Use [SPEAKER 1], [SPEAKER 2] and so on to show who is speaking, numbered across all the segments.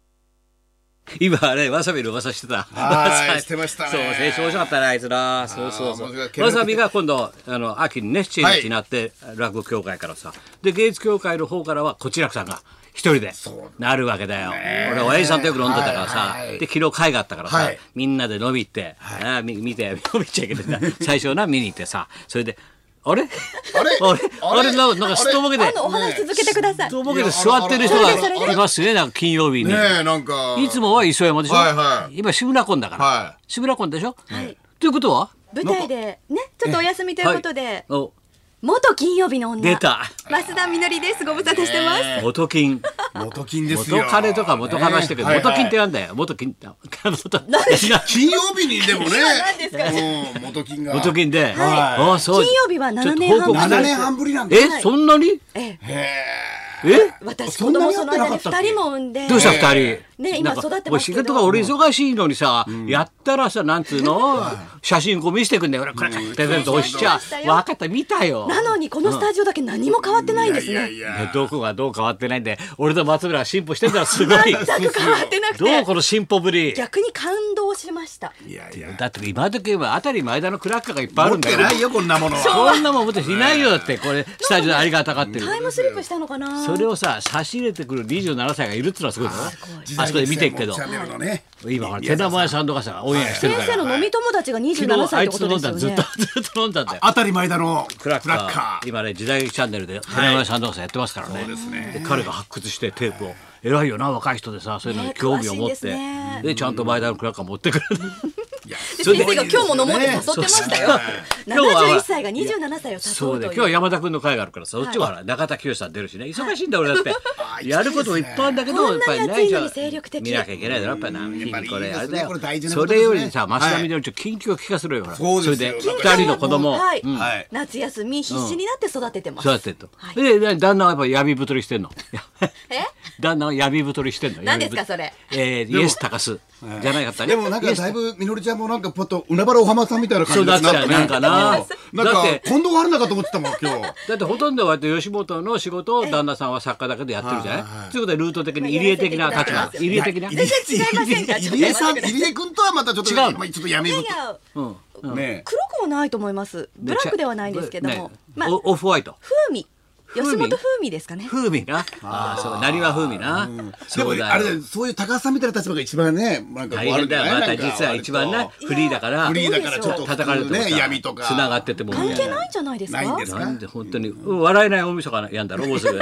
[SPEAKER 1] 今あれわさびの噂してた
[SPEAKER 2] はい
[SPEAKER 1] わさび
[SPEAKER 2] してましたね
[SPEAKER 1] そう成長面白かったねあいつなそうそうそ
[SPEAKER 2] 面白いう
[SPEAKER 1] わさびが今度あの秋にね中
[SPEAKER 2] はい
[SPEAKER 1] 日になって落語協会からさで芸術協会の方からはこちらくさんが一人でなるわけだよ俺親父さんとよく飲んでたからさ
[SPEAKER 2] はいはい
[SPEAKER 1] で昨日会があったからさ
[SPEAKER 2] はい
[SPEAKER 1] みんなで飲み行ってああみ見て飲み行っちゃいけないな最初な見に行ってさそれであれ
[SPEAKER 2] あれ
[SPEAKER 1] あれ
[SPEAKER 2] あれ
[SPEAKER 1] あれなんかなんかすっとぼけ
[SPEAKER 3] 今
[SPEAKER 1] て
[SPEAKER 3] 度お話続けてください。
[SPEAKER 1] すっとぼけて座ってる人
[SPEAKER 3] いやあれあ
[SPEAKER 1] が
[SPEAKER 3] れ
[SPEAKER 1] いますねなんか金曜日に
[SPEAKER 2] ね。えなんか
[SPEAKER 1] いつもは磯山でしょ、
[SPEAKER 2] はいはい
[SPEAKER 1] 今シブラコンだから、
[SPEAKER 2] は
[SPEAKER 1] シブラコンでしょ、ということは
[SPEAKER 3] 舞台でね、ちょっとお休みということで、
[SPEAKER 1] お
[SPEAKER 3] 元金曜日の女。
[SPEAKER 1] 出た
[SPEAKER 3] 増田みのりです。ご無沙汰してます。
[SPEAKER 1] 元金
[SPEAKER 2] 元金ですよ
[SPEAKER 1] 元金とか元金してけど、
[SPEAKER 2] ねえ
[SPEAKER 1] 元金って
[SPEAKER 2] はいは
[SPEAKER 1] なん
[SPEAKER 2] い
[SPEAKER 1] だよ元金って元
[SPEAKER 2] 金曜日にでもね
[SPEAKER 3] 何ですか
[SPEAKER 2] うん元金が
[SPEAKER 1] 元金で、
[SPEAKER 2] はい
[SPEAKER 1] あそう
[SPEAKER 3] 金曜日は7年半
[SPEAKER 1] ちょっと報告して
[SPEAKER 2] 7年半ぶりなんだ
[SPEAKER 1] えそんなに
[SPEAKER 3] ええ、
[SPEAKER 1] え
[SPEAKER 3] 私
[SPEAKER 2] そ
[SPEAKER 3] 子
[SPEAKER 2] んな
[SPEAKER 3] 供
[SPEAKER 2] にや
[SPEAKER 3] そ
[SPEAKER 2] っ
[SPEAKER 3] の
[SPEAKER 2] てな
[SPEAKER 3] 間
[SPEAKER 2] か
[SPEAKER 3] に
[SPEAKER 2] ったっけ
[SPEAKER 3] 二人も産んで。
[SPEAKER 1] どうした二人、
[SPEAKER 3] ね
[SPEAKER 1] な
[SPEAKER 3] 今
[SPEAKER 1] んか
[SPEAKER 3] 育って
[SPEAKER 1] もう
[SPEAKER 3] ます
[SPEAKER 1] 仕
[SPEAKER 3] け
[SPEAKER 1] 事
[SPEAKER 3] ど
[SPEAKER 1] が俺忙しいのにさ、やったらさなんつうの写真こう見せてくんだよ俺これプレゼント押しちゃ
[SPEAKER 3] そうそ
[SPEAKER 1] 分
[SPEAKER 3] う
[SPEAKER 1] かった見たよ
[SPEAKER 3] なのにこのスタジオだけ何も変わってないんです
[SPEAKER 2] いやい
[SPEAKER 3] ね。
[SPEAKER 2] やいや
[SPEAKER 1] どこがどう変わってないんで俺と松村は進歩してんだらすごい
[SPEAKER 3] 全く変わってなく
[SPEAKER 1] どう
[SPEAKER 3] て。
[SPEAKER 1] この進歩ぶり
[SPEAKER 3] 逆に感動しました。
[SPEAKER 2] いやいや
[SPEAKER 1] だって今時はあたり前田のクラッカーがいっぱいあ
[SPEAKER 2] 持
[SPEAKER 1] る
[SPEAKER 2] っ
[SPEAKER 1] んだ
[SPEAKER 2] て
[SPEAKER 1] よ
[SPEAKER 2] ないよこんなものは
[SPEAKER 1] こんなもん持っていないよだってこれスタジオでありがたがってる
[SPEAKER 3] タイムスリップしたのかな。
[SPEAKER 1] それをさ差し入れてくる27歳がいるっつうのはすごいのあそこで見てるけど
[SPEAKER 2] チャンネルのね
[SPEAKER 1] 今ほら手玉屋さんとかさオンエアしてる
[SPEAKER 3] 先
[SPEAKER 1] か
[SPEAKER 3] 生
[SPEAKER 1] ら
[SPEAKER 3] の飲み友達が27
[SPEAKER 1] 昨日あ
[SPEAKER 3] 歳っ
[SPEAKER 1] い
[SPEAKER 3] てこ
[SPEAKER 1] つ
[SPEAKER 3] と
[SPEAKER 1] 飲
[SPEAKER 3] で
[SPEAKER 1] ん
[SPEAKER 3] す
[SPEAKER 1] だ
[SPEAKER 3] よ
[SPEAKER 1] ずっ
[SPEAKER 3] ね
[SPEAKER 1] と。ずっと飲んだんだよ
[SPEAKER 2] あたり前田の
[SPEAKER 1] ク
[SPEAKER 2] ク
[SPEAKER 1] ラ
[SPEAKER 2] ラ
[SPEAKER 1] ッカー
[SPEAKER 2] ッカー
[SPEAKER 1] 今ね時代劇チャンネルで手玉屋さんとかさやってますからね,、で彼が発掘してテープを偉いよな若い人でさそういうのに興味を持って、
[SPEAKER 3] ね詳しいですね
[SPEAKER 1] でちゃんと前田のクラッカー持ってくる、
[SPEAKER 3] で先生が今日も飲もうって誘ってましたよ。
[SPEAKER 1] 今日は
[SPEAKER 3] 71歳が27歳を
[SPEAKER 1] そうで
[SPEAKER 3] 誘
[SPEAKER 1] 今
[SPEAKER 3] うと
[SPEAKER 1] 日はい山田君の会があるからさそっちはほら中田清さん出るしね忙しいんだ俺だってやることもいっぱいあるんだけど
[SPEAKER 3] こ
[SPEAKER 1] や
[SPEAKER 3] ん
[SPEAKER 1] っ
[SPEAKER 3] な
[SPEAKER 1] ぱ
[SPEAKER 3] に
[SPEAKER 1] りね
[SPEAKER 3] 暑い
[SPEAKER 1] じ
[SPEAKER 3] の
[SPEAKER 1] ゃ
[SPEAKER 3] に精力的
[SPEAKER 1] 見なきゃいけないだろやっぱりな日々これあれだ
[SPEAKER 2] やっぱりいいで
[SPEAKER 1] よ
[SPEAKER 2] すねこれ大事な
[SPEAKER 1] そ
[SPEAKER 2] ことで
[SPEAKER 1] れ
[SPEAKER 2] すね
[SPEAKER 1] よりさ増田みどりちょっと緊急を聞かせろよほら
[SPEAKER 2] そう
[SPEAKER 1] それ
[SPEAKER 2] です
[SPEAKER 1] で
[SPEAKER 2] よ
[SPEAKER 1] 2人の子供を
[SPEAKER 3] はい
[SPEAKER 1] うん
[SPEAKER 2] はい
[SPEAKER 3] 夏休み必死になって育ててます。
[SPEAKER 1] 育ててと
[SPEAKER 3] はい
[SPEAKER 1] でで旦那はやっぱ闇太りしてんの
[SPEAKER 3] え
[SPEAKER 1] 旦那は闇太りしてんの
[SPEAKER 3] 何ですかそれ
[SPEAKER 1] 闇太りえーイエス高須じゃないかったね
[SPEAKER 2] でもなん
[SPEAKER 1] イ
[SPEAKER 2] か
[SPEAKER 1] エス
[SPEAKER 2] だいぶみのりちゃんもなんかパッと海原お浜さんみたいな感
[SPEAKER 1] そう
[SPEAKER 2] じ
[SPEAKER 1] だっ
[SPEAKER 2] にな
[SPEAKER 1] た
[SPEAKER 2] った
[SPEAKER 1] よ
[SPEAKER 2] ね
[SPEAKER 1] なんかな
[SPEAKER 2] なん
[SPEAKER 1] だっ
[SPEAKER 2] か
[SPEAKER 1] て
[SPEAKER 2] 近藤春菜かと思ってたもん今日
[SPEAKER 1] だってほとんど割と吉本の仕事を旦那さんは作家だけでやってるじゃないということでルート的に入江的な立
[SPEAKER 3] まあ
[SPEAKER 1] 場入江的な
[SPEAKER 2] 入江
[SPEAKER 3] 違いませんかちょっと
[SPEAKER 2] 入江さん
[SPEAKER 3] 待ってください
[SPEAKER 2] 入江君とはまたちょっと
[SPEAKER 1] 違うの
[SPEAKER 2] まあちょっとやめ
[SPEAKER 3] い
[SPEAKER 2] ぶ
[SPEAKER 3] やい
[SPEAKER 2] っ
[SPEAKER 3] や
[SPEAKER 1] うん
[SPEAKER 2] ね
[SPEAKER 3] 黒くもないと思います。ブラックではないんですけど
[SPEAKER 1] ね
[SPEAKER 3] も、まあ
[SPEAKER 1] おオフホワイト
[SPEAKER 3] 風味
[SPEAKER 1] 風味
[SPEAKER 3] 吉本風味ですかね。
[SPEAKER 1] 風味なああそうなにわ風味な
[SPEAKER 2] で
[SPEAKER 1] そ
[SPEAKER 2] も
[SPEAKER 1] うだ
[SPEAKER 2] あれだ
[SPEAKER 1] よ
[SPEAKER 2] よそういう高橋さんみたいな立場が一番ねなんかこう
[SPEAKER 1] 大
[SPEAKER 2] あ
[SPEAKER 1] 変
[SPEAKER 2] るんじゃ
[SPEAKER 1] だ
[SPEAKER 2] ない
[SPEAKER 1] よま
[SPEAKER 2] な
[SPEAKER 1] た
[SPEAKER 2] んか
[SPEAKER 1] 実は一番
[SPEAKER 2] 割
[SPEAKER 1] な
[SPEAKER 2] と
[SPEAKER 1] フリーだから
[SPEAKER 2] フリーだからちょっと
[SPEAKER 1] 叩かれてもさ
[SPEAKER 2] ね闇とか
[SPEAKER 1] つながってても
[SPEAKER 3] 関係ないんじゃないですか。
[SPEAKER 2] ないんです
[SPEAKER 1] なんで本当にうん笑えない大晦日やんだろもうす ぐ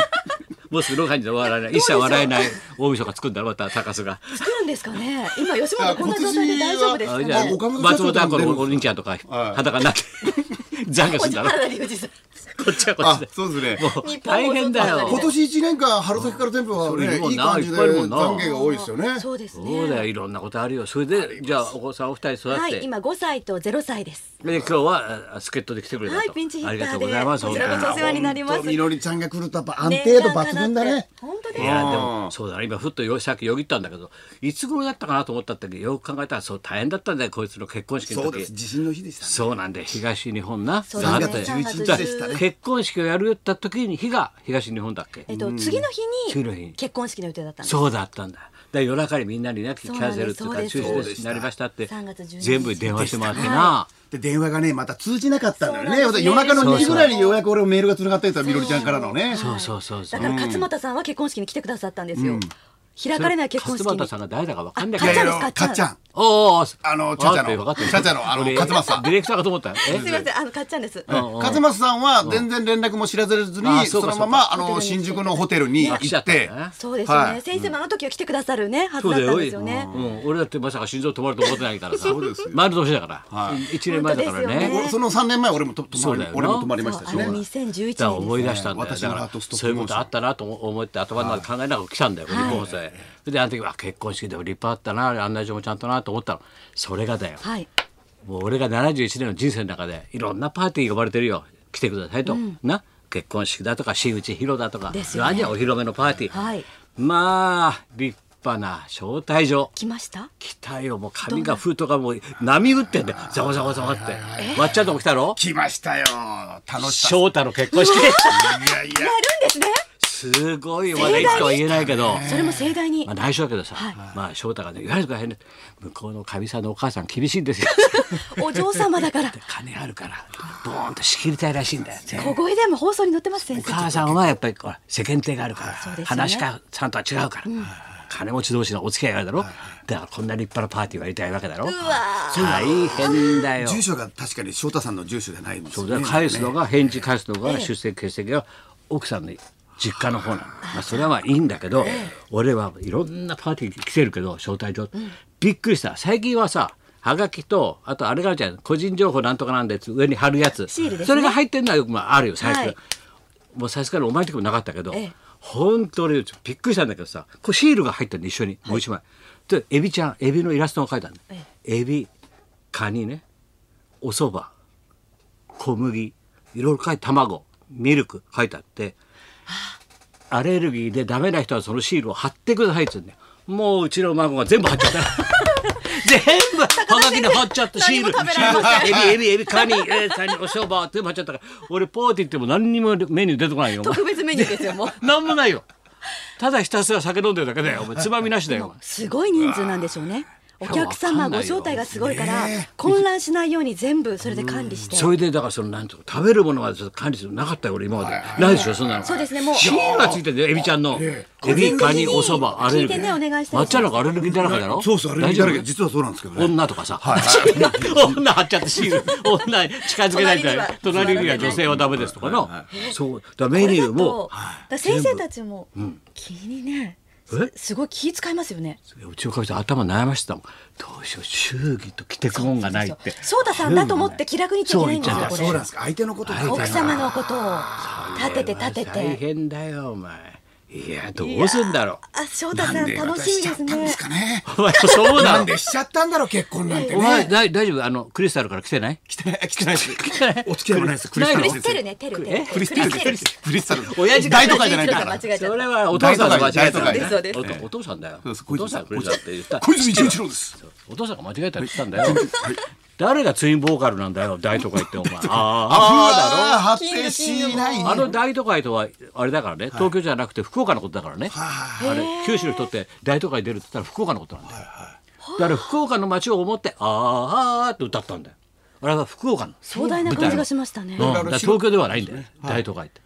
[SPEAKER 1] もうすぐ6時で笑えない一切笑えない大晦日作るんだろまた高須が
[SPEAKER 3] 作るんですかね。今吉本こんな状態で大丈夫ですか
[SPEAKER 1] あじ
[SPEAKER 3] ね。
[SPEAKER 1] ゃあ
[SPEAKER 2] 岡本社
[SPEAKER 1] 松
[SPEAKER 2] 長
[SPEAKER 1] 本
[SPEAKER 2] とか
[SPEAKER 1] 明子
[SPEAKER 2] も出る
[SPEAKER 1] のお兄ちゃんとか
[SPEAKER 2] はい
[SPEAKER 1] 裸になって懺悔するんだろ
[SPEAKER 3] おじゃら隆二さん。
[SPEAKER 1] こっちはこっ
[SPEAKER 2] あ
[SPEAKER 1] ちで
[SPEAKER 2] そうですね
[SPEAKER 1] もう大変だよ
[SPEAKER 2] 今年一年間春先から全部は
[SPEAKER 1] そうい
[SPEAKER 2] ね
[SPEAKER 1] るもんない
[SPEAKER 2] い感じ
[SPEAKER 1] いっ
[SPEAKER 2] で
[SPEAKER 1] ぱいいるもん
[SPEAKER 2] 懺
[SPEAKER 1] な
[SPEAKER 2] 悔が多いですよね
[SPEAKER 3] そうです
[SPEAKER 1] そうだよ
[SPEAKER 3] ね。
[SPEAKER 1] いろんなことあるよそれでじゃあお子さんお二人育っ
[SPEAKER 3] は
[SPEAKER 1] て
[SPEAKER 3] い、今5歳と0歳です。
[SPEAKER 1] で今日はあ助っ人で来てくれたと
[SPEAKER 3] はい、ピンチヒ
[SPEAKER 1] あ
[SPEAKER 3] ッ
[SPEAKER 1] り
[SPEAKER 3] タ
[SPEAKER 1] がと
[SPEAKER 3] ー
[SPEAKER 1] うございます
[SPEAKER 3] でこちらこそお
[SPEAKER 1] 本当
[SPEAKER 3] 世話になりま
[SPEAKER 2] ほん
[SPEAKER 3] す。
[SPEAKER 2] とみのりちゃんが来るとやっぱ安定度抜群だね
[SPEAKER 3] 本当です
[SPEAKER 1] にい
[SPEAKER 3] ね。
[SPEAKER 1] やでもそうだな今ふっとよさっきよぎったんだけどいつ頃だったかなと思ったんだけどよく考えたらそう大変だったんだよこいつの結婚式の
[SPEAKER 2] そうで
[SPEAKER 1] 時
[SPEAKER 2] す地震の日でしたね
[SPEAKER 1] そうなんで東日本な
[SPEAKER 3] そうだね
[SPEAKER 1] だって
[SPEAKER 3] 3月
[SPEAKER 1] だ
[SPEAKER 3] 11日でしたね
[SPEAKER 1] 結婚式をやるった時に日が東日本だっけ
[SPEAKER 3] えっと、次の日
[SPEAKER 1] 次の日に
[SPEAKER 3] に結婚式の予定だったんです。
[SPEAKER 1] そうだったんだ。で夜中にみんなにねキ
[SPEAKER 3] そう
[SPEAKER 1] ャ
[SPEAKER 3] なん
[SPEAKER 1] ン
[SPEAKER 3] です
[SPEAKER 1] セルっていう
[SPEAKER 3] そう
[SPEAKER 1] か
[SPEAKER 3] です
[SPEAKER 1] 中止ですになりましたって
[SPEAKER 3] 3月12日
[SPEAKER 1] 全部電話してもらってな
[SPEAKER 3] は。
[SPEAKER 2] で電話がねまた通じなかったんだよね
[SPEAKER 3] そうなんですね
[SPEAKER 2] 夜中の2時ぐらいにようやく俺もメールが繋がってたみのりちゃんからのね
[SPEAKER 1] そうそうそうそ
[SPEAKER 3] だ
[SPEAKER 1] う
[SPEAKER 3] か。ら勝俣さんは結婚式に来てくださったんですよ。開かれない結婚式
[SPEAKER 1] 勝俣
[SPEAKER 3] に。
[SPEAKER 1] さんが誰だかわかんない
[SPEAKER 3] あ
[SPEAKER 1] け
[SPEAKER 3] 勝
[SPEAKER 1] ど。
[SPEAKER 3] 俣さん
[SPEAKER 2] かっちゃん
[SPEAKER 1] おお。
[SPEAKER 2] あのチャチャの
[SPEAKER 1] 分かってる
[SPEAKER 2] チャチャのあの
[SPEAKER 1] 俺
[SPEAKER 2] 勝俣さん
[SPEAKER 1] ディレクターかと思ったよ。え
[SPEAKER 3] すみません、あのかっちゃんです。
[SPEAKER 2] 勝松さんは全然連絡も知らず
[SPEAKER 1] あ
[SPEAKER 2] に
[SPEAKER 1] そう
[SPEAKER 2] そ
[SPEAKER 1] か
[SPEAKER 2] のままあ
[SPEAKER 3] そう
[SPEAKER 2] の
[SPEAKER 3] か
[SPEAKER 2] 新宿のホテルに
[SPEAKER 1] 来ち
[SPEAKER 2] 行
[SPEAKER 1] ゃっ
[SPEAKER 2] った
[SPEAKER 1] ん
[SPEAKER 2] て
[SPEAKER 1] だね
[SPEAKER 3] そうですよね、
[SPEAKER 2] はい
[SPEAKER 3] 先生もあの時は来てくださるね、は
[SPEAKER 1] そ
[SPEAKER 3] ず
[SPEAKER 1] う
[SPEAKER 3] だ
[SPEAKER 1] だ
[SPEAKER 3] ったん
[SPEAKER 1] よ。
[SPEAKER 3] ですよね。
[SPEAKER 1] うん俺だってまさか心臓止まると思ってないからさ。
[SPEAKER 2] うですよ
[SPEAKER 1] 丸年だから。一年前だから
[SPEAKER 3] 本当ですよね
[SPEAKER 1] ね。
[SPEAKER 2] おその3年前俺もと泊
[SPEAKER 1] そ
[SPEAKER 2] ま
[SPEAKER 1] う
[SPEAKER 2] り
[SPEAKER 1] だよな
[SPEAKER 2] 俺も泊まり
[SPEAKER 3] そ
[SPEAKER 2] ま
[SPEAKER 3] う
[SPEAKER 2] した
[SPEAKER 3] あ
[SPEAKER 2] しね
[SPEAKER 3] の2011
[SPEAKER 1] だから
[SPEAKER 3] 年
[SPEAKER 1] 思
[SPEAKER 3] で
[SPEAKER 1] い
[SPEAKER 3] す。
[SPEAKER 1] 出したんだよ、
[SPEAKER 2] え
[SPEAKER 1] だか
[SPEAKER 2] え私の
[SPEAKER 1] ら
[SPEAKER 2] ハートストップ
[SPEAKER 1] そういうことあったなと思って頭の中で考えながら来たんだよ、この日本生であの時は結婚式でも立派だったな案内状もちゃんとなと思ったのそれがだよ
[SPEAKER 3] はい。
[SPEAKER 1] もう俺が71年の人生の中でいろんなパーティー呼ばれてるよ来てくださいと、な結婚式だとか新内広だとか、
[SPEAKER 3] ですよね
[SPEAKER 1] 何やお披露目のパーティー、
[SPEAKER 3] はい
[SPEAKER 1] まあ立派な招待状
[SPEAKER 3] 来ました。
[SPEAKER 1] 来たよもう紙が封筒がもう波打ってんだよざわざわざわってわっちゃんとこ来たろ
[SPEAKER 2] 来ましたよ楽しかっ
[SPEAKER 1] 翔太の結婚式
[SPEAKER 2] たいやいや
[SPEAKER 3] やるんですね。
[SPEAKER 1] すすごいまだいつかは言えないけど。
[SPEAKER 3] それも盛大に
[SPEAKER 1] まあ、内緒だけどさ、
[SPEAKER 3] はい
[SPEAKER 1] まあ翔太がね、いわゆる大変で、向こうのかみさんのお母さん厳しいんですよ。
[SPEAKER 3] お嬢様だから
[SPEAKER 1] 金あるから、ボーンと仕切りたいらしいんだよ。
[SPEAKER 3] 小声でも放送に載ってます先
[SPEAKER 1] お
[SPEAKER 3] 生
[SPEAKER 1] 母さんはやっぱりこう世間体があるから、
[SPEAKER 3] そうですよね
[SPEAKER 1] 話かさんとは違うから、金持ち同士のお付き合いがあるだろ、だからこんな立派なパーティーをやりたいわけだろ大変だよ
[SPEAKER 2] 住所が確かに翔太さんの住所じゃないんです
[SPEAKER 1] そ
[SPEAKER 2] よ
[SPEAKER 1] うだ
[SPEAKER 2] ね。
[SPEAKER 1] から返すのが返事返すのが出席欠席が奥さんの実家の方なの、まあ、それはまあいいんだけど俺はいろんなパーティーに来てるけど招待状、びっくりした最近はさはがきとあとあれがあるじゃん個人情報なんとかなんでって上に貼るやつ、
[SPEAKER 3] シールですね
[SPEAKER 1] それが入ってるのはよくまああるよ最近、
[SPEAKER 3] はい
[SPEAKER 1] もうさすがにお前の時もなかったけど、
[SPEAKER 3] ええ
[SPEAKER 1] 本当にびっくりしたんだけどさこうシールが入ってるの一緒にもう一枚、でエビちゃんエビのイラストが書いてあるの、
[SPEAKER 3] え
[SPEAKER 1] エビカニねお蕎麦小麦いろいろ書いて卵ミルク書いてあってアレルギーでダメな人はそのシールを貼ってくださいって言うんだよもううちの孫が全部貼っ ちゃった全部はがきで貼っちゃったシール
[SPEAKER 3] 何も食べられま
[SPEAKER 1] シールエビエビエビカニ、えーカニお蕎麦全部貼っちゃったから俺ポーティー行っても何にもメニュー出てこないよお前
[SPEAKER 3] 特別メニューですよもう
[SPEAKER 1] なんもないよただひたすら酒飲んでるだけだよお前つまみなしだよお前
[SPEAKER 3] すごい人数なんでしょうねお客様ご招待がすごいから混乱しないように全部それで管理して
[SPEAKER 1] それでだからそのなんとか食べるものまでちょっと管理するのなかったよ俺今まで、ないでしょそんなの
[SPEAKER 3] そうですねもう
[SPEAKER 1] シールがついてるんだよエビちゃんのエビカニおそばアレルギ
[SPEAKER 3] 聞いてねお願いし
[SPEAKER 1] ー
[SPEAKER 3] てる
[SPEAKER 1] 抹茶なんかアレルギーだらけだろ
[SPEAKER 2] そうそうあれだらけ
[SPEAKER 1] 大丈
[SPEAKER 2] 実はそうなんですけど
[SPEAKER 1] 夫
[SPEAKER 2] ね。
[SPEAKER 1] 女とかさ、 女貼っちゃってシール女近づけないから隣
[SPEAKER 3] 隣には
[SPEAKER 1] には女性はダメですとかの、そうだからメ
[SPEAKER 3] これ
[SPEAKER 1] ニュ
[SPEAKER 3] だ
[SPEAKER 1] ー
[SPEAKER 3] と
[SPEAKER 1] も
[SPEAKER 3] だから先生たちも気にね
[SPEAKER 1] え
[SPEAKER 3] すごい気使いますよね
[SPEAKER 1] うちの会社頭悩ましてたもんどうしよう祝儀と着てくもんがないって
[SPEAKER 3] 翔太さんだと思って気楽に言っちゃいけないんですよ
[SPEAKER 1] そう
[SPEAKER 3] こ
[SPEAKER 2] そうなんで
[SPEAKER 3] れ
[SPEAKER 2] すか相手のことが
[SPEAKER 3] 奥様のことを立てて立
[SPEAKER 1] 大
[SPEAKER 3] てて
[SPEAKER 1] 変だよお前いやどうすんだろ
[SPEAKER 3] あ翔太さ
[SPEAKER 2] なん
[SPEAKER 3] ん
[SPEAKER 2] で
[SPEAKER 3] 楽
[SPEAKER 2] 私
[SPEAKER 3] し
[SPEAKER 2] し
[SPEAKER 3] み
[SPEAKER 2] ちゃ
[SPEAKER 3] で
[SPEAKER 2] っ
[SPEAKER 3] す
[SPEAKER 2] たん
[SPEAKER 3] ね
[SPEAKER 2] ですかね。
[SPEAKER 1] うお前そうだ
[SPEAKER 2] な
[SPEAKER 1] ろ
[SPEAKER 2] んでしちゃったんだろう結婚なんて
[SPEAKER 1] お前
[SPEAKER 2] ね。
[SPEAKER 1] だい大丈夫あのクリスタルから来てない
[SPEAKER 2] 来て来てないです。お付き合いもないです。クリスタ
[SPEAKER 3] ク
[SPEAKER 2] ル
[SPEAKER 3] リ
[SPEAKER 2] 先
[SPEAKER 3] ステル
[SPEAKER 2] 生。
[SPEAKER 3] ねテルテル
[SPEAKER 1] え
[SPEAKER 2] クリスタル
[SPEAKER 3] クリ
[SPEAKER 2] 先
[SPEAKER 3] ステ
[SPEAKER 2] 生。クリスタル。
[SPEAKER 1] 親父
[SPEAKER 2] 大都会じゃないんだか
[SPEAKER 3] 大
[SPEAKER 2] ら
[SPEAKER 3] 都。会間違えちゃ
[SPEAKER 1] それ
[SPEAKER 3] っ
[SPEAKER 1] はお父さ
[SPEAKER 3] た
[SPEAKER 1] んが間違え
[SPEAKER 2] 大
[SPEAKER 1] た
[SPEAKER 2] 都
[SPEAKER 1] んだ
[SPEAKER 2] 会
[SPEAKER 1] よ
[SPEAKER 3] 大都会
[SPEAKER 1] お父お父さんだよ
[SPEAKER 2] そうです
[SPEAKER 1] お父さんがクリスタルって言った
[SPEAKER 2] 小泉純一郎です。
[SPEAKER 1] お父さんが間違えたって言ったんだよ誰がツインボーカルなんだよ大都会ってお前あ
[SPEAKER 2] ああ発展しない
[SPEAKER 1] ー
[SPEAKER 2] ね。
[SPEAKER 1] あの大都会とはあれだからね東京じゃなくて福岡のことだからねあれ九州の人って大都会出るって言ったら福岡のことなんだよだから福岡の街を思ってあーあーって歌ったんだよあれは福岡の
[SPEAKER 3] 壮大な感じがしましたね
[SPEAKER 1] うん、だから東京ではないんだよ、大都会って。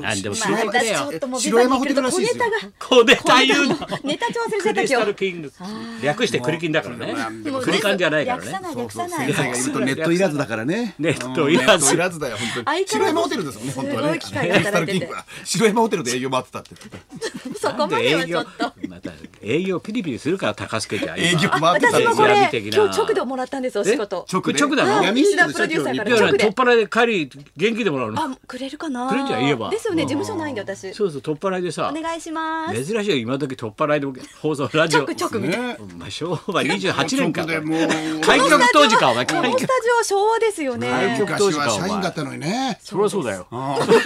[SPEAKER 1] なんでも
[SPEAKER 3] まあ、
[SPEAKER 1] 調べて
[SPEAKER 3] 私ちょ
[SPEAKER 1] よ
[SPEAKER 3] っ。ともうビバリー来ると小ネタが
[SPEAKER 1] 小ネタ言うの。
[SPEAKER 3] ネタ調整
[SPEAKER 1] ク
[SPEAKER 3] され
[SPEAKER 1] リスタ
[SPEAKER 3] た
[SPEAKER 1] ル
[SPEAKER 3] 今
[SPEAKER 1] キングス。略してクリキンだからね。
[SPEAKER 3] 日もう
[SPEAKER 1] クリカンじゃないから
[SPEAKER 3] 略さ
[SPEAKER 1] ね。
[SPEAKER 3] ない略さな
[SPEAKER 2] 先
[SPEAKER 3] い
[SPEAKER 2] 生がいるとネットいらずだからね。
[SPEAKER 1] ネットいらず
[SPEAKER 2] うんネットいらずだよ本当
[SPEAKER 3] 相変わら
[SPEAKER 2] に。白山
[SPEAKER 3] ず
[SPEAKER 2] ホテルですもんね本当はね。
[SPEAKER 3] すごい機械が働いてて
[SPEAKER 2] クリスタルキングは白山ホテルで営業回ってたって。
[SPEAKER 3] そこまではちょっと
[SPEAKER 1] また営業ピリピリするから高須家じゃ
[SPEAKER 2] 営業
[SPEAKER 1] 今。
[SPEAKER 2] 回ってたっ
[SPEAKER 3] 私
[SPEAKER 2] て
[SPEAKER 3] も
[SPEAKER 1] 私
[SPEAKER 3] こ
[SPEAKER 1] 闇
[SPEAKER 3] れ
[SPEAKER 1] 的な
[SPEAKER 3] 今日直でもらったんですお仕事
[SPEAKER 1] え直だろ
[SPEAKER 2] ね闇市場
[SPEAKER 3] 石田プロデューサーから
[SPEAKER 2] 社
[SPEAKER 1] だから
[SPEAKER 2] 長
[SPEAKER 3] 直で
[SPEAKER 1] 取っ払いで帰り現金でもらうの。
[SPEAKER 3] あくれるかな
[SPEAKER 1] くれんじゃん言えば
[SPEAKER 3] ですよね事務所ないんで私
[SPEAKER 1] そうそう取っ払いでさ
[SPEAKER 3] お。願いします
[SPEAKER 1] 珍しいよ今時取っ払いで放送ラジオ。
[SPEAKER 3] 直直みたいな
[SPEAKER 2] ね。
[SPEAKER 1] お前昭和二十八年か。
[SPEAKER 2] 直で
[SPEAKER 1] 開
[SPEAKER 2] もう
[SPEAKER 1] 局当時かお前。
[SPEAKER 3] このスタジオ昭和ですよ
[SPEAKER 1] 開
[SPEAKER 3] ね
[SPEAKER 1] 局当
[SPEAKER 2] 昔
[SPEAKER 1] 時
[SPEAKER 2] は
[SPEAKER 1] かお
[SPEAKER 2] 社員だ
[SPEAKER 1] 前
[SPEAKER 2] っ。たのにね。
[SPEAKER 1] そりゃそうだよ。
[SPEAKER 2] 社員だっ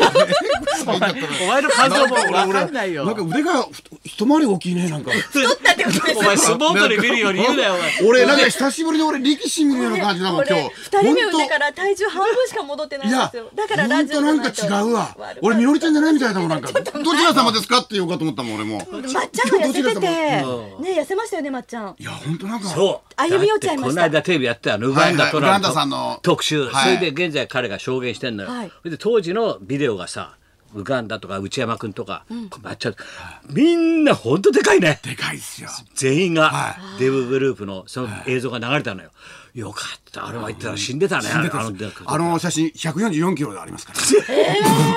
[SPEAKER 2] たのに
[SPEAKER 1] お前の感想も分かんない
[SPEAKER 2] なん
[SPEAKER 1] よ
[SPEAKER 2] か。腕がふ一回り大きいねなんか。
[SPEAKER 3] 太ったってことです
[SPEAKER 1] お前スポートで見るように言うなよお前。
[SPEAKER 2] 俺なんか久しぶりに俺力士見るような感じだもん今日。
[SPEAKER 3] 二人目産んで
[SPEAKER 2] 本当
[SPEAKER 3] から体重半分しか戻ってない
[SPEAKER 2] い
[SPEAKER 3] んで
[SPEAKER 2] や
[SPEAKER 3] すよ、だからラジオ
[SPEAKER 2] 本当なんか違うわ。俺みのりちゃんじゃないみたいだもんなんか。どちら様ですかって言おうかと思ったもん俺も。
[SPEAKER 3] まっちゃんが
[SPEAKER 2] ど
[SPEAKER 3] 痩せてて
[SPEAKER 2] ちら
[SPEAKER 3] ね
[SPEAKER 2] 様
[SPEAKER 3] 痩せましたよねまっちゃん
[SPEAKER 2] いや本当なんか。
[SPEAKER 1] そう。
[SPEAKER 3] 歩み寄っちゃいました
[SPEAKER 1] だってこの間テレビやってたの、ウガンダ
[SPEAKER 2] はいはい
[SPEAKER 1] トラン
[SPEAKER 2] ウガンダさん
[SPEAKER 1] プ
[SPEAKER 2] の
[SPEAKER 1] 特集。そ
[SPEAKER 2] はい
[SPEAKER 1] れで現在彼が証言してんのよ
[SPEAKER 3] はい。
[SPEAKER 1] それで当時のビデオがさ、ウガンダとか内山君とか、こうなっちゃう。みんなほんとでかいね。
[SPEAKER 2] でかいっすよ。
[SPEAKER 1] 全員が
[SPEAKER 2] は
[SPEAKER 1] デブグループのその映像が流れたのよ。よかった。あれは言ったら死んでたね。あのあの
[SPEAKER 2] あの写真144キロでありますから。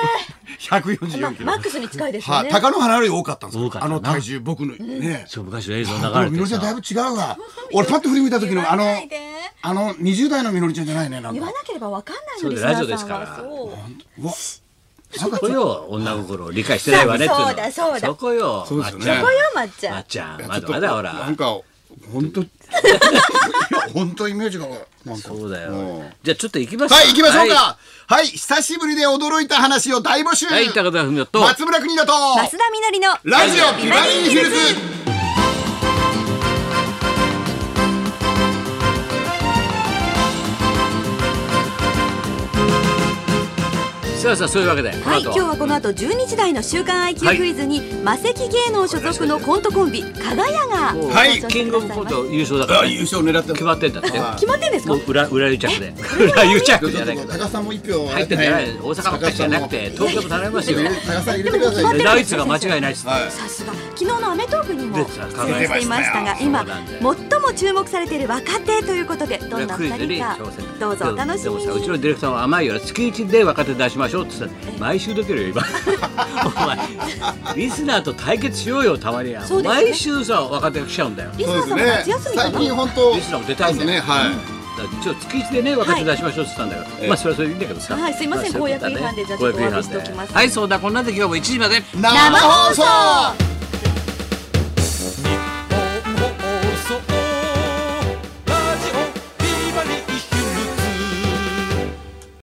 [SPEAKER 3] まあ
[SPEAKER 2] 144キロ
[SPEAKER 3] マ。ックスに近いですよ
[SPEAKER 2] はい、
[SPEAKER 3] ね
[SPEAKER 2] 高野花より多かったんです
[SPEAKER 1] 多
[SPEAKER 2] よ
[SPEAKER 1] か。った
[SPEAKER 2] あ
[SPEAKER 1] な
[SPEAKER 2] の体重、僕のね。
[SPEAKER 1] そう昔の映像が流
[SPEAKER 2] 俺み
[SPEAKER 1] れて
[SPEAKER 2] のりちゃんだ
[SPEAKER 1] さ
[SPEAKER 2] いぶ。違うわ。俺パッと振り向いた時の、あの
[SPEAKER 3] 言わないで、
[SPEAKER 2] あの20代のみのりちゃんじゃないね、なん
[SPEAKER 3] 言わ
[SPEAKER 2] か
[SPEAKER 3] な。ければわかんない
[SPEAKER 1] そ
[SPEAKER 3] の
[SPEAKER 1] う
[SPEAKER 3] リ
[SPEAKER 1] だ
[SPEAKER 3] ス
[SPEAKER 1] よ
[SPEAKER 3] ナ
[SPEAKER 1] ラジオで
[SPEAKER 3] ー
[SPEAKER 1] す
[SPEAKER 3] さん
[SPEAKER 1] から
[SPEAKER 3] はそう
[SPEAKER 2] うわなんか
[SPEAKER 1] そこよ、女心を理解してないわねっていの
[SPEAKER 3] そうだそうだ
[SPEAKER 1] そこよ、
[SPEAKER 2] そうですよね
[SPEAKER 1] まっちゃん
[SPEAKER 2] そ
[SPEAKER 3] こよまっちゃ
[SPEAKER 1] ま
[SPEAKER 3] ん
[SPEAKER 1] っちゃ
[SPEAKER 2] い
[SPEAKER 1] ん、ま
[SPEAKER 2] やちょ
[SPEAKER 1] だ
[SPEAKER 2] っと
[SPEAKER 1] まだほ
[SPEAKER 2] な
[SPEAKER 1] ら
[SPEAKER 2] ん。か、本 当いや、本当イメージが、なんか。
[SPEAKER 1] そうだ
[SPEAKER 2] もう
[SPEAKER 1] よ。じゃあちょっと行きますか
[SPEAKER 2] はい、行きましょうか。はい、久しぶりで驚いた話を大募集。
[SPEAKER 1] はい、はい高田文夫と。
[SPEAKER 2] 松村邦だと、
[SPEAKER 3] 増田みのりの
[SPEAKER 2] ラジオビバリーヒルズ。
[SPEAKER 1] さあさあそういうわけで、
[SPEAKER 3] はい、
[SPEAKER 1] この
[SPEAKER 3] 今
[SPEAKER 1] 後
[SPEAKER 3] 日はこの後12時台の週刊
[SPEAKER 1] はい
[SPEAKER 3] IQ クイズに、マセキ芸能所属のコントコンビかがやが
[SPEAKER 1] もう
[SPEAKER 2] はい
[SPEAKER 1] キングオブコント優勝だから、
[SPEAKER 2] あ
[SPEAKER 1] ね、
[SPEAKER 2] 優勝狙って
[SPEAKER 1] 決まってんだって
[SPEAKER 2] はい
[SPEAKER 3] 決まってんですか
[SPEAKER 1] もう裏裏癒着で裏癒着じゃないけど
[SPEAKER 2] 高さんも一票
[SPEAKER 1] 入ってんじゃない大阪ばっかりじゃなくて東京も頼みますよ
[SPEAKER 2] 高さん入れてください
[SPEAKER 3] で
[SPEAKER 2] ね
[SPEAKER 1] ナイツが間違いないっす、
[SPEAKER 2] はい
[SPEAKER 3] さすが昨日の『アメトーク』にも
[SPEAKER 1] 出
[SPEAKER 3] 出
[SPEAKER 1] て
[SPEAKER 3] 演
[SPEAKER 1] た
[SPEAKER 3] していましたが
[SPEAKER 2] 考
[SPEAKER 1] えま
[SPEAKER 3] 今
[SPEAKER 1] したよ
[SPEAKER 3] 最も注目されている若手ということでどんな
[SPEAKER 1] クイ
[SPEAKER 3] 二
[SPEAKER 1] ズ
[SPEAKER 3] 人
[SPEAKER 1] に
[SPEAKER 3] か
[SPEAKER 1] 挑戦
[SPEAKER 3] どうぞお楽しみ
[SPEAKER 1] でもさうち
[SPEAKER 3] に
[SPEAKER 1] のディレクターは甘いよ月一で若手出しましょうって言ってたの毎週出てるよ 今お前リスナーと対決しようよたまには、
[SPEAKER 3] そうですね
[SPEAKER 1] 毎週さ若手が来ちゃうんだよ
[SPEAKER 3] リスナーさんも夏休みか
[SPEAKER 2] 最近
[SPEAKER 3] な
[SPEAKER 2] 本当
[SPEAKER 1] リスナーも出たいんだよ
[SPEAKER 2] ねはい
[SPEAKER 1] だから一応月一でね若手出しましょうって言ったんだけど、
[SPEAKER 2] はい
[SPEAKER 1] まあそれはそれでいいんだけどさ
[SPEAKER 3] はいすいません
[SPEAKER 1] あそううことだ
[SPEAKER 3] 公約違反でじゃあ
[SPEAKER 1] 公約違反で
[SPEAKER 3] ちょっとお詫びしておきます
[SPEAKER 1] はいそんなこんなで今日も1時まで
[SPEAKER 2] 生放送